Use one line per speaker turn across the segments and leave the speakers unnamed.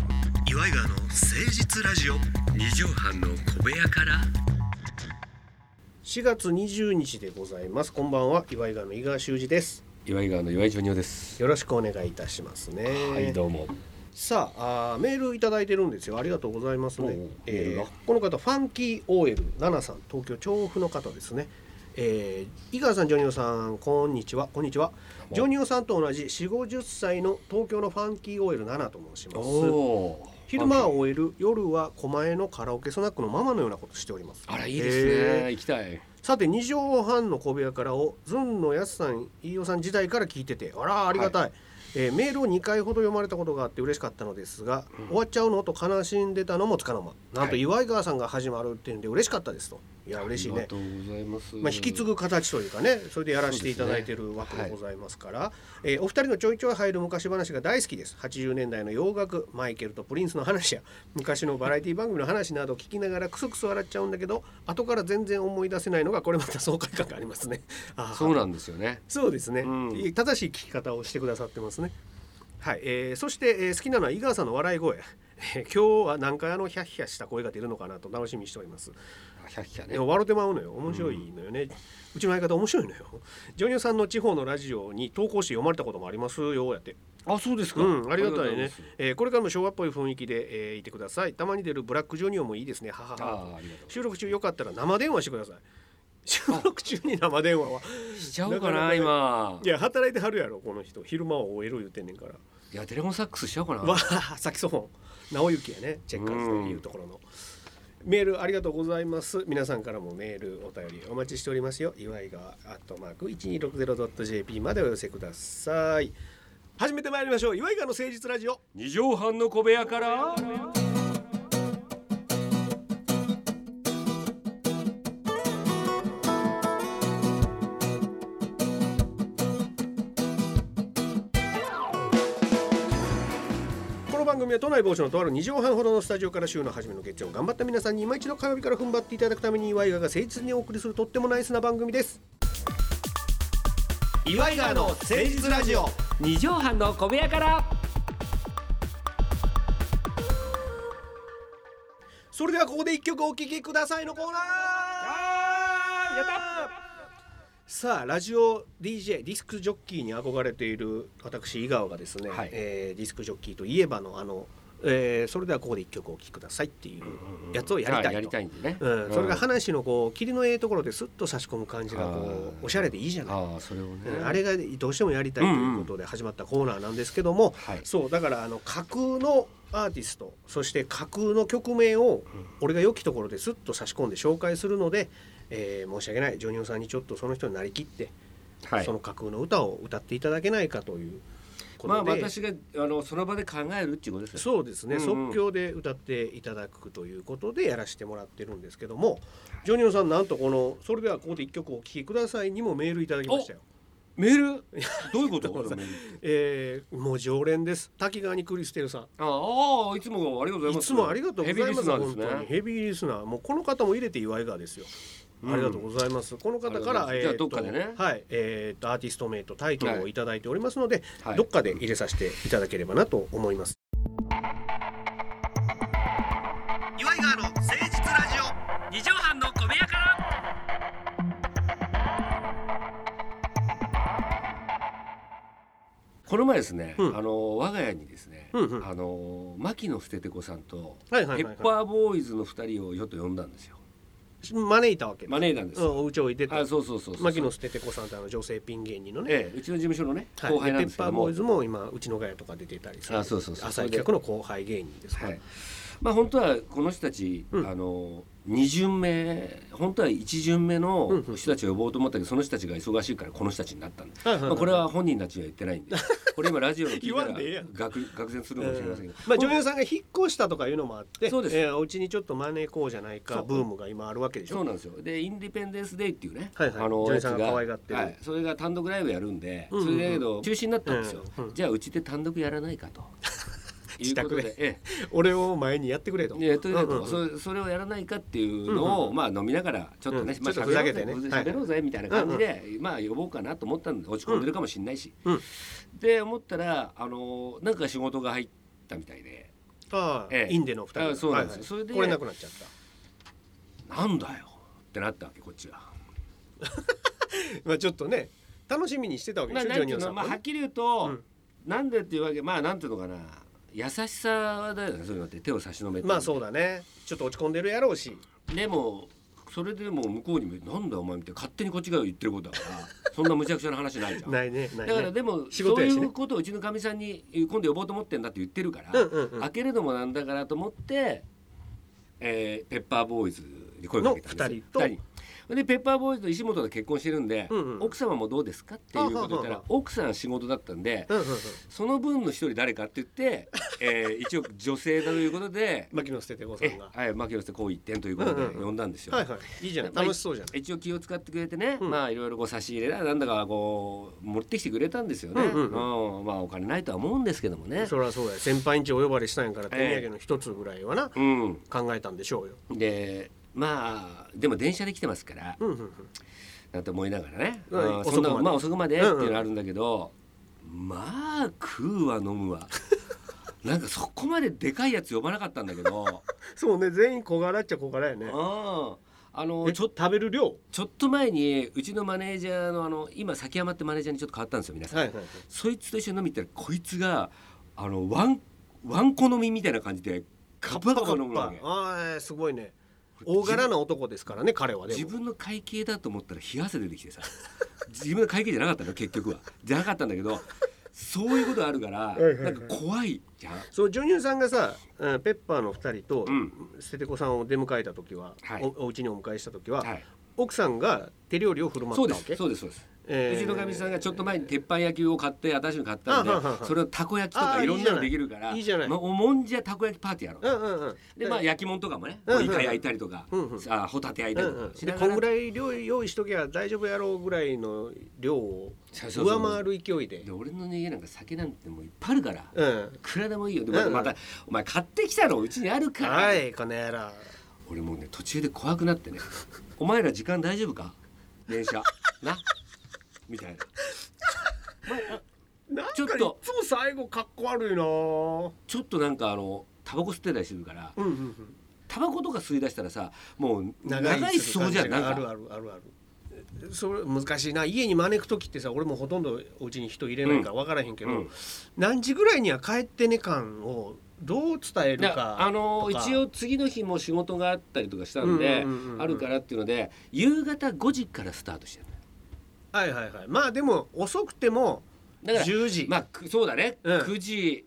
イガーの誠実ラジオ
二畳半の小部屋から
4月20日でございますこんばんは岩井川の井川修司です
岩井川の岩井ジョニオです
よろしくお願いいたしますね
はいどうも
さああーメールいただいてるんですよありがとうございます
おう
ね
メ、ール
え
が
ーこの方ファンキー OL7 さん東京調布の方ですね、えー井川さんジョニオさんこんにちはこんにちは
も
ジョニオさんと同じ4 5 0歳の東京のファンキー OL7 と申します
お
昼間は OL 夜は狛江のカラオケスナックのママのようなことしております
あらいいです
えー
ね行きたい
さて二畳半の小部屋からをずんのやすさん飯尾さん時代から聞いててあらありがたい、えーメールを2回ほど読まれたことがあって嬉しかったのですが、終わっちゃうのと悲しんでたのもつかの間なんと
はい
岩井川さんが始まるっていうんで嬉しかったですといや嬉しい
ありが
ね
とうございます
まあ、引き継ぐ形というかねそれでやらせていただいてるわけでございますからえーお二人のちょいちょい入る昔話が大好きです80年代の洋楽マイケルとプリンスの話や昔のバラエティ番組の話など聞きながらクスクス笑っちゃうんだけど後から全然思い出せないのがこれまた爽快感がありますね。あー
そうなんですよね
そうですね、
うん
正しい聞き方をしてくださってますね。はい、えーそして、えー好きなのは井川さんの笑い声。えー今日は何回あのヒャッヒャした声が出るのかなと楽しみにしております。
ひゃひゃ
いや
ね
笑うてまうのよ面白いのよね、うちの相方面白いのよジョニオさんの地方のラジオに投稿して読まれたこともありますよやって
あそうですか
うんありがたい
あ
ね
りがとうござます
えーこれからも昭和っぽい雰囲気で、えーいてくださいたまに出るブラックジョニオもいいですねははは
あーありがとうございま
収録中よかったら生電話してください収録中に生電話は
すしちゃおうか
なかな
な
か
今
いや働いてはるやろこの人昼間は終える言うてんねんから
いやテレフォンサックスしちゃおうかな
わあサキソフォン直行やねチェッカーズというところのメールありがとうございます皆さんからもメールお便りお待ちしておりますよ岩井川アットマーク 1260.jp までお寄せください始めてまいりましょう岩井川の誠実ラジオ
二畳半の小部屋から
この番組は都内某所のとある2畳半ほどのスタジオから週の初めの月曜頑張った皆さんに今一度火曜日から踏ん張っていただくために岩井川が誠実にお送りするとってもナイスな番組です岩井川の誠実ラジオ
二畳半の小部屋から
それではここで一曲お聴きくださいのコーナー
やっ
さあラジオ DJ ディスクジョッキーに憧れている私井川がですね、
はい
えーディスクジョッキーといえばのあの、えーそれではここで一曲お聴きくださいっていうやつをやりたいと、
やりたいんでね
うん、それが
あ
話のこう霧のええところですっと差し込む感じが
は
こ
いう
おしゃれでいいじゃない、
あーそれをね
うんあれがどうしてもやりたいということで始まったコーナーなんですけども、
はい
そうだからあの架空のアーティストそして架空の曲名を俺が良きところですっと差し込んで紹介するので、えー申し訳ないジョニオさんにちょっとその人になりきって、
はい
その架空の歌を歌っていただけないかというこ
まあ
とで、
私があのその場で考えるっていうことですよ
そうですね、
うんうん
即興で歌っていただくということでやらせてもらってるんですけどもジョニオさんなんとこの「それではここで一曲お聴きください」にもメールいただきましたよ。
メ ールどういうこと
どうぞ
メールって
えーもう常連です滝川にクリステルさん
ああいつもありがとうござい
い
ます
つもありがとうございます
ヘビーリスナーです
本当に
ね
ヘビーリスナーもうこの方も入れて岩井川ですよ、
うん
ありがとうございますこの方から
ありがとうございます
えー
じゃあどっかでね
はいえー、とアーティスト名とタイトル
は
を
い
いただいておりますので、
はい
どっかで入れさせていただければなと思います、岩井川の誠実ラジオ
二畳半の小部屋からこの前ですね、
うん
あの我が家にですね、
うんうん
あの牧野捨てて子さんと、
はいはいはいはい
ペッパーボーイズの二人をちょっと呼んだんですよ
招いたわけ、
招いたんです
うん、
よ、
お家をいて
あ
と
そうそうそうそう
牧野捨てて子さんってあの女性ピン芸人のね、
ええうちの事務所のね、
はい
後輩なんですけども
ペッパーボーイズも今うちのガヤとか出てたりする
あそうそうそう
朝企画の後輩芸人ですから、
はい、まあ本当はこの人たち、
うん
あの二巡目本当は一巡目
うん
の
うん
人たちを呼ぼうと思ったけど、その人たちが忙しいからこの人たちになったんで、
はいはいはい
まあ、これは本人たちには言ってない んでこれ今ラジオの聞いた
言わんでええや
ら
ん
がく愕然するかもしれませんけど、
まあ女優さんが引っ越したとかいうのもあって
そうです
えーお家にちょっと招こうじゃない
そ
か
う
ブームが今あるわけでし
そう
ょ
なんですよでインディペンデンス・デイっていうね、
はいはい
あ
ジョニー
やつ
さんが可愛がってる
はい、それが単独ライブやるんで、
うんうんうん
それだけど中止になったんですよ、
うんうん
じゃあうちで単独やらないか と
自宅で
いうことええ
俺を前にやってくれと、
ね、とりあえず
うんうん
そそれをやらないかっていうのを、まあ飲みながらちょっとね、
うん
まあ
ちょっとふざけてね
喋ろうぜ
はい
喋ろうぜみたいな感じで、まあ呼ぼうかなと思ったんで落ち込んでるかもしれないし、
うんうん
で思ったらあのなんか仕事が入ったみたいで
ああ、
ええ
インデの二人
あそうなんです
はい
よ
はい
それで
これなくなっちゃった
なんだよってなったわけこっちが。
まあちょっとね楽しみにしてたわけで
まあ、
しょ
な
ジョ
ん
ニ
ていう
オさ
の
んも
まあ、
ね、
はっきり言うと、
うん
なんでっていうわけまあなんていうのかな優しさだよねそういうのって手を差し伸べて
まあそうだねちょっと落ち込んでるやろうし
でもそれでもう向こうにも「なんだお前」みたいな勝手にこっちが言ってることだからそんな無茶苦茶な話ない じゃん。
ないねない
だから
ね
でも
仕
そ
事
う
や
い
しね
うことをうちのかみさんに今度呼ぼうと思ってんだって言ってるから、
うんうんうん
開けるのもなんだからと思って、えーペッパーボーイズに声をかけたん
の
ですよ
二人と
二でペッパーボーイズと石本が結婚してるんで、
うんうん
奥様もどうですかっていうことを言った
あはあは
ら
あ
奥さん仕事だったんで
うんうんうん。
その分の一人誰かって言って、えー一応女性だということで
牧野捨ててこさ
え
んが
はい、牧野さんこう一点ということ
う
で
んうん
呼んだんですよ。
はいはいいいじゃん楽しそうじゃん
一応気を使ってくれてね、
うん
まあいろいろこう差し入れだなんだかこう持ってきてくれたんですよね、
うんう
うんまあお金ないとは思うんですけどもね
そりゃそうや先輩んちお呼ばれしたんやから手
ええ
土産の一つぐらいはな
うん
考えたんでしょうよ
でまあでも電車で来てますから
うんうんうん
なんて思いながらね、
うん
うん
遅く
そんな
まで
まあ遅くまでっていうのあるんだけど、まあ食うわ飲 むわなんかそこまででかいやつ呼ばなかったんだ けど
そうね全員小柄っちゃ小柄や
う
ね
んあの
え
ちょ
食べる量は
ちょっと前にうちのマネージャーのあの今崎山ってマネージャーにちょっと変わったんですよ皆さん。
いはい
そいつと一緒に飲み行ったらこいつがあのワンワンコ飲みみたいな感じでカバカバ飲むわけ
ああすごいね大柄な男ですからね彼はでも
自分の会計だと思ったら冷や汗出てきてさ自分の会計じゃなかったの結局はじゃなかったんだけどそういうことあるから
いはいはい
なんか怖いじゃん
そうジョニオさんがさ、うん、ペッパーの2人と
うん
捨て子さんを出迎えた時は、
はい
おお家にお迎えした時は、
はい
奥さんが手料理を振る舞
そ
っ
うで
たわけ
すそうですそうです
えー
うちのかみさんがちょっと前に鉄板焼きを買って私の買ったんで
あはいはいはい
それをたこ焼きと
あ
か
ー
いろんなのできるから
いいじゃないいいじゃない
まあおもんじゃたこ焼きパーティーやろ
うん
う
うんうん
でまあ焼き物とかもね、
うん
こうイカ焼いたりとか、
うんうん
さあホタテ焼い
う
たり
ん
とか
うん、
し
で
な
こ
が
ん
ら、
ぐらい量用意しときゃ大丈夫やろうぐらいの量を
そうそうそう
上回る勢いで
で俺の家なんか酒なんてもういっぱいあるから、い
うん
くらでもいいよで
うんうん
また、お前買ってきたのうちにあるから、
はいこの野郎
俺もうね途中で怖く なってね「お前ら時間大丈夫か電車な」みたいな
なんか
ちょっと
いつも最後かっこ悪いなぁ
ちょっとなんかあのタバコ吸ってたりするから
うんうんうん
タバコとか吸い出したらさもう長い
する
そうじゃんなん
ある
か
あるあるあるそれ難しいな家に招く時ってさ俺もほとんどお家に人入れないから分からへんけど、
うん
何時ぐらいには帰ってね感をどう伝える
だ
か
あの
とか
一応次の日も仕事があったりとかしたんで、
うんうんうんうん
あるからっていうので夕方5時からスタートしてる
はいはいはいまあでも遅くても
だから
10時、
まあくそうだね、
うん
9時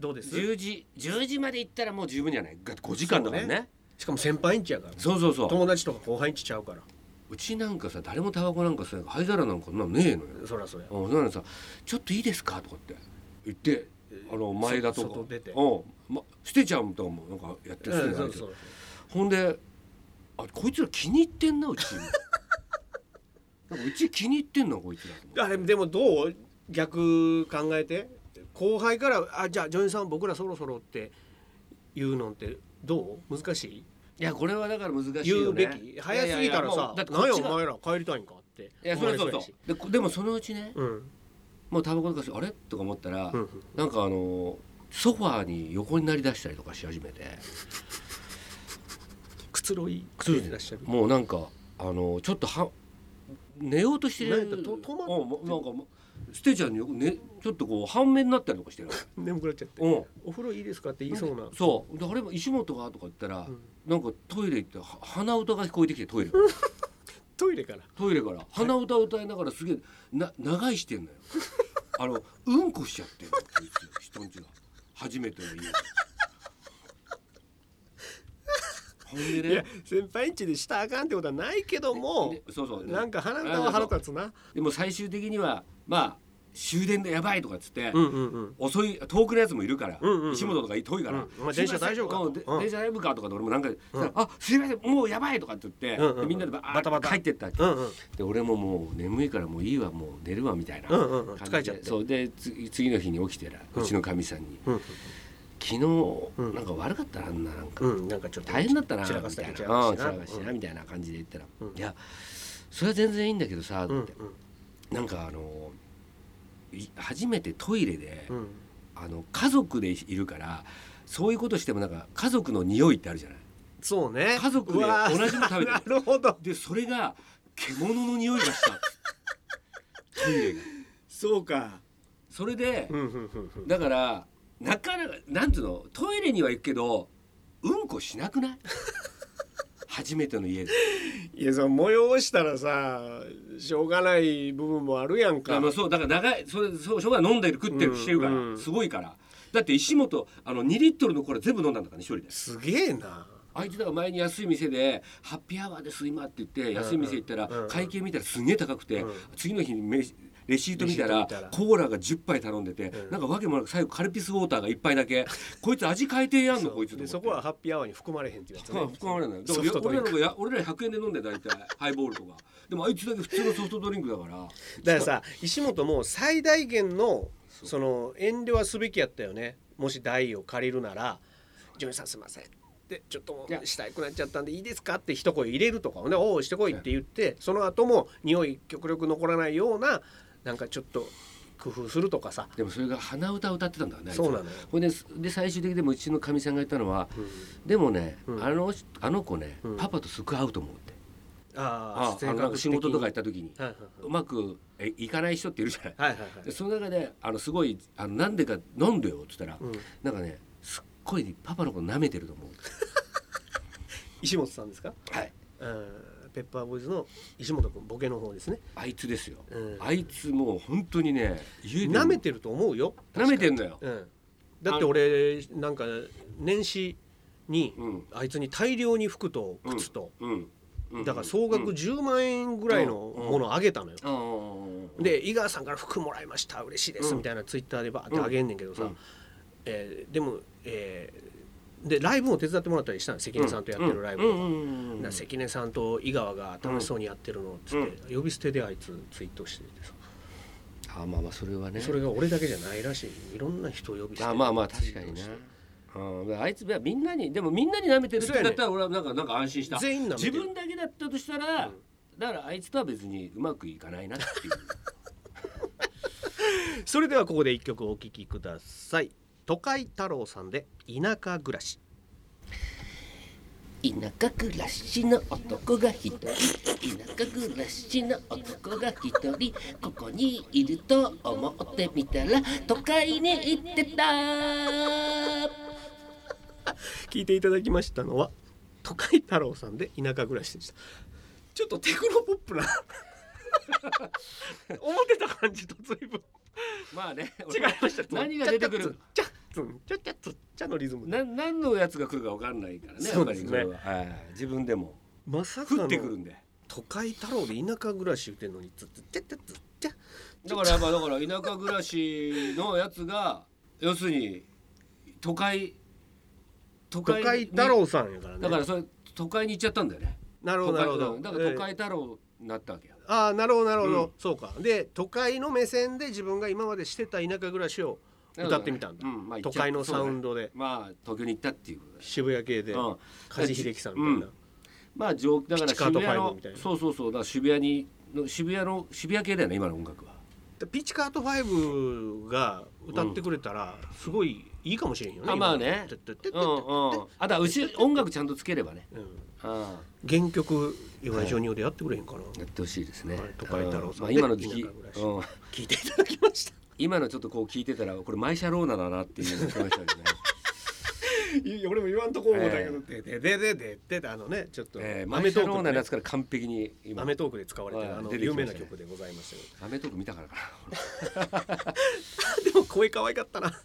どうです
10時10時まで行ったらもう十分じゃないが5時間だからね
しかも先輩んちやから
そうそうそう
友達とか後輩んちちゃうから
うちなんかさ誰もタバコなんか吸わないから灰皿なんかそんなのねえのよ
そらそら
あそうなのさ「ちょっといいですか?」とかって言ってあの前田とか
外出て
うんま、捨てちゃうとかもなんかやってる
うん
捨
そ
て
う
て
そう
ほんで「あこいつら気に入ってんなう ち」なんかうち気に入ってんなこいつらと思って
あれでもどう逆考えて後輩から「あじゃあジョニーさん僕らそろそろ」って言うのってどう難しい
いやこれはだから難しい
言
よ
う
ね
べき早すぎたらさ「
いやいやいやもうだってこ
なん
っ
や
ちが
お前ら帰りたいんか」って
いやそうそうそう
思われやし
でこでもそのうちね
うん
もうタバコとか吸うあれとか思ったら、
うんうん
なんかあのソファーに横になりだしたりとかし始めて
くつろいく
つろい
いらっしゃる
もうなんかあのちょっとは寝ようとしてる
なんかと止まって
うんもうなんかもうステちゃんによく、ね、ちょっとこう半面になったりとかしてる
眠くなっちゃって
うん
「お風呂いいですか?」って言いそうな
そうであれも石本がとか言ったら、
ん
なんかトイレ行っては鼻歌が聞こえてきてトイレ
トイレから
トイレから鼻歌を歌いながらすげえな長いして んのよあのうんこしちゃってるこいつ人んちが初めての家でほんでね
いや先輩んちでしたらあかんってことはないけども
でそうそう
なんか鼻歌は腹立つな
でも最終的にはまあ終電でやばいとかっつって、
うんうんうん
遅い遠くのやつもいるから、
うんうんうん
石本とか遠いから、
うんまあ電車大丈夫か
うんで
うん
電車大丈夫かとかで俺もなんか、したらあすいませんもうやばいとかって言って、
うんうんうん
でみんなでバーッ
バタバタ
帰ってったわけ
うんうん
で俺ももう眠いからもういいわもう寝るわみたいな
うんう
感じで、
んうん疲れちゃって
そうでつ次の日に起きてらうちのかみさんに「
うん
昨日、
うん
なんか悪かったなあんななんか
うんなんかちょっと
大変だったな」み
散
た
ら
いな「
か
うん
し
散
たり散
ら
らかしてな
かしてな」みたいな感じで言ったら「
うん
いやそれは全然いいんだけどさ」って。
うん
なんかあのい初めてトイレで、
うんうん
あの家族でいるからそういうことしてもなんか家族の匂いってあるじゃない
そうね
家族で
うわー
同じもの食べ てる
なるほど
でそれが獣の匂いがした トイレが
そうか
それで、
うんうんうんうん
だからなかなかなんつうのトイレには行くけどうんこしなくない 初めての家で
いやその催したらさしょうがない部分もあるやん
いや
か
まあそうだから長いそれそうしょうがない飲んでる食ってるしてるから、
うんうん
すごいからだって石本あの2リットルのコーラ全部飲んだんだからね一人です
げえな
あいつだから前に安い店で「ハッピーアワーです今」って言って安い店行ったら
うんうん
会計見たらすげえ高くて
うん
次の日にめレシート見た
レシー
ら
ト見たら
コーラが10杯頼んでて
うん
なんかわけもなく最後カルピスウォーターが1杯だけこいつ味変えてやんのこいつ
で
と
そ
思
こは
って
ハッピーアワーに含まれへんっていうやつ
まあ
ね
含まれないだか
ソフト
ら
ド
俺
リン
ら
ク
のがや俺ら100円で飲んで大体ハイボールとかでもあいつだけ普通のソフトドリンクだから
だからさ石本も最大限のその遠慮はすべきやったよねもし代を借りるなら「ジョニーさんすいません」でちょっとも
いや
うしたくなっちゃったんでいいですかって一声入れるとかをね「おおしてこい」って言ってその後も匂い極力残らないようななんかちょっと工夫するとかさ
でもそれが鼻歌を歌ってたんだよねあいつ
そうなのよ
ほんでで最終的にでもうちのかみさんが言ったのは「でもね
うん
あのあの子ね
うん
パパとすぐ合うと思う」って。
あ
ああのなんか仕事とか行っ
はい
た時に
はいう
まくえいかない人っているじゃない、
はいはい
でその中であのすごいあのなんでか飲んでよって言ったら、
うん
なんかねすっごいパパのこと舐めてると思う
石本さんですか
はい
うんペッパーボーイズの石本君ボケの方ですね
あいつですよ、
うん
あいつもう本当にね家で
舐
も
めてると思うよ
舐めてんのよ
うん、だって俺なんか年始に
うん
あいつに大量に服と靴と、
うん、うん、
だから総額10万円ぐらいのものをあげたのよ。
うんうんうん
で井川さんから服もらいました嬉しいで
う
す
ん
みたいなツイッターでバーってあげんねんけどさ、
うん
えーでも、えーでライブも手伝ってもらったりしたの関根さんとやってるライブ
う
と
ん
か、
うんうんうん
だから関根さんと井川が楽しそうにやってるのっつって、呼び捨てであいつツイートしててさ、
あまあまあそれはね
それが俺だけじゃないらしいいろんな人を呼び捨て
あ
で
まあまあ確か
ツイ
にね
ートして
うん、あいつはみんなにでもみんなに舐めてるって言うんだったら俺はなんかなんか安心した
全員舐めて
自
る
分だけだったとしたら、だからあいつとは別にうまくいかないなっていう
それではここで一曲お聴きください都会太郎さんで田舎暮らし
田舎暮らしの男が一人田舎暮らしの男が一人ここにいると思ってみたら都会に行ってた
聞いていただきましたのは都会太郎さんで田舎暮らしでしたちょっとテクノポップな思ってた感じと随分
まあ ね
違いました
何が出てくる
チャッツンチャッチャッツンチャッチャッツンチャのリズムで
な何のやつが来るか分かんないからね
そうですね
やっぱりそれははい自分でも
まさか
降
の
ってくるんで
都会太郎で田舎暮らし言ってんのにツッツッチャッチャッツッチャッ
だからやっぱだから田舎暮らしのやつが 要するに都会都
都
に
会太郎さんやからね
だからそれ都会に行っちゃったんだよね
なるほどなるほど
都会だから都会太郎になったわけよ、
ああなるほどなるほど、
うん
そうかで都会の目線で自分が今までしてた田舎暮らしを歌ってみたんだ、
うんまあ
都会のサウンドで、
まあ東京に行ったっていうことだし
渋谷系で、
うん
梶秀樹さんみたいな、
うんまあ上だから
ピチカートフ
渋谷
ァイブ
の
みたいな
そうそうそうだから渋谷にの渋谷の渋谷系だよね今の音楽は
でピチカート5が歌ってくれたらすごいいいかもしれんよね、
あまあね
今てってってっ
う
て
んうんあとはうち音楽ちゃんとつければね
うん
あ
原曲岩井ジョニオでやってくれへんかな、
やってほしいですね
はい都会太郎さん
うんまあ今の
で
聞き、
田舎暮らし
うん
聞いていただきました
今のちょっとこう聞いてたらこれマイシャローナだなっていうのが聞こえました けどね
いや俺も言わんとこ思うたけど、
え
でででででであのねちょっと、
えー
ア
マ
メ
イシ
ト
ャロ
ー
ー
クで
ナの
ね
やつから完璧に今
アメトークで使われてるあの
出てき
有
ましたね
名な曲でございましたけど
アメトーク見たからかな
でも声可愛かったな。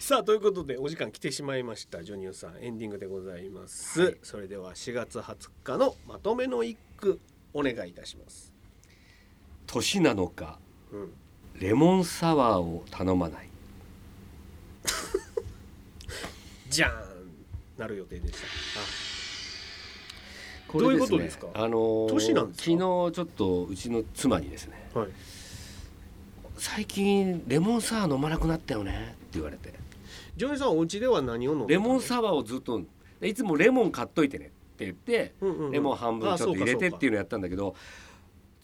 さあということでお時間来てしまいましたジョニオさんエンディングでございます、
はい
それでは4月20日のまとめの一句お願いいたします、
年なのか
うん、
レモンサワーを頼まない
じゃーんなる予定でしたあ
これね
どういうことですか
あのー
年なんですか
昨日ちょっとうちの妻にですね
はい、
「最近レモンサワー飲まなくなったよね」って言われて
ジョニオさんはお家では何を飲ん
「
で
レ
たの
モンサワーをずっと飲んでいつもレモン買っといてね」って言って
うんうんうん
レモン半分ちょっと入れてってい
う
うのやったんだけど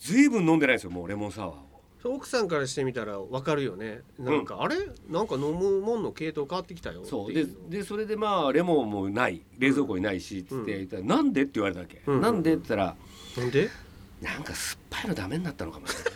ずいぶん飲んでないんですよもうレモンサワーを。
かそう奥さんからしてみたらわかるよねなんか、あれなんか飲むもんの系統変わってきたよって
そう
い
で
うの
でそれでまあレモンもない冷蔵庫にないしっつって言ったら「なんで?」って言われたわけ、
うん
なんでって言ったら
なんで
「なんか酸っぱいのダメになったのかもしれない」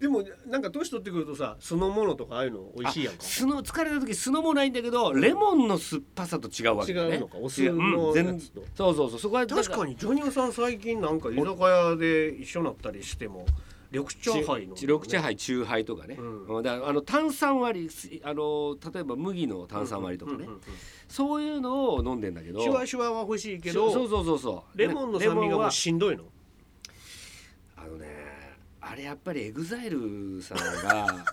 でもなんか年取ってくるとさ酢の物とかああいうの美味しいやんか
あ酢の疲れた時酢のもないんだけどレモンの酸っぱさと違うわけだね
違うのかお酢の
違う
や
ん全
つと
そうそうそうそこは
確かにジョニオさん最近なんか居酒屋で一緒になったりしても緑茶
チ
杯の、ね、
緑茶杯中杯とかね、
う
だからあの炭酸割りすあの例えば麦の炭酸割りとかね、
うんうんうん
そういうのを飲んでんだけど
シュワシュワは欲しいけ
そう
ど
そうそうそう
レモンの
ねレ
酸味がも
は
うしんどいの
あのねあれやっぱりエグザイルさん が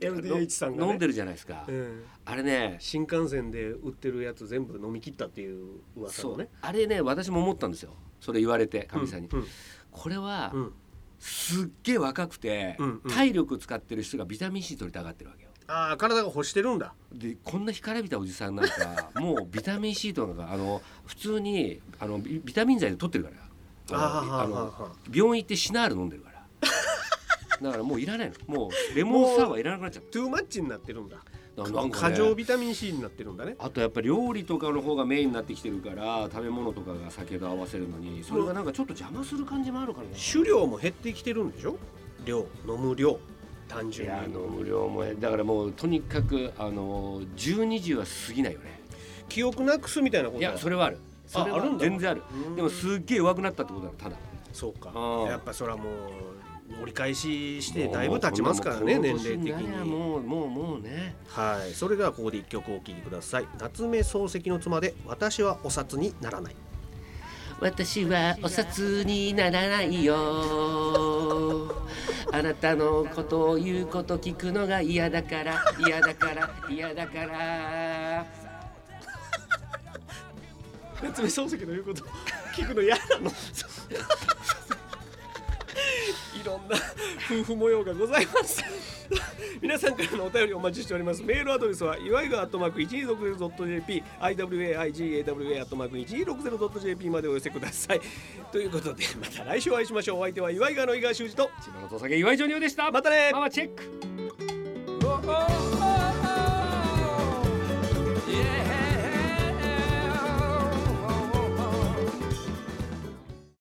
LDH さんがね
飲んでるじゃないですか、
うん
あれね
新幹線で売ってるやつ全部飲み切ったっていう噂
そ
の
う
ね
あれね私も思ったんですよそれ言われてかみさんに、
うん
これは、
うん
すっげえ若くて、
うんうん
体力使ってる人がビタミン C 取りたがってるわけよ
ああ体が欲してるんだ
でこんな干からびたおじさんな んかもうビタミン C とかあの普通にあのビビタミン剤で取ってるからあの
あ
あ
ーはーは
の
ーは
病院行ってシナール飲んでるから だからもういらないのもうレモンサワーいらなくなっちゃっ
トゥーマッチになってるんだ
ただからなんか
過
ね
剰ビタミン C になってるんだね
あとやっぱり料理とかの方がメインになってきてるから食べ物とかが酒と合わせるのにそれがなんかちょっと邪魔する感じもあるからな
酒量も減ってきてるんでしょ量飲む量単
い
純
やあの
に
無料もだからもうとにかくあの12時は過ぎないよね
記憶なくすみたいなこと
い
は
やそれはあるそれは
あるんだ
全然ある
うん
でもすっげえ弱くなったってことだろただ
そうか
うん
やっぱそれはもう折り返ししてだいぶ経ちますからね
もう
年
もう
齢的
この年なりゃ
に
もうもうもうね
はいそれではここで一曲お聴きください夏目漱石の妻で私はお札にならない
私はお札にならないよあなたのことを言うこと聞くのが嫌だから嫌だから嫌だ から
夏目漱石の言うこと聞くの嫌なのいろんな夫婦模様がございます皆さんからのお便りお待ちしておりますメールアドレスは祝いがアットマーク 1260.jp iwaigawa アットマーク 1260.jp までお寄せくださいということでまた来週お会いしましょうお相手は祝いがの井川修司と
千葉の土佐家岩井ジョニオでした
またね
ママチェック
おお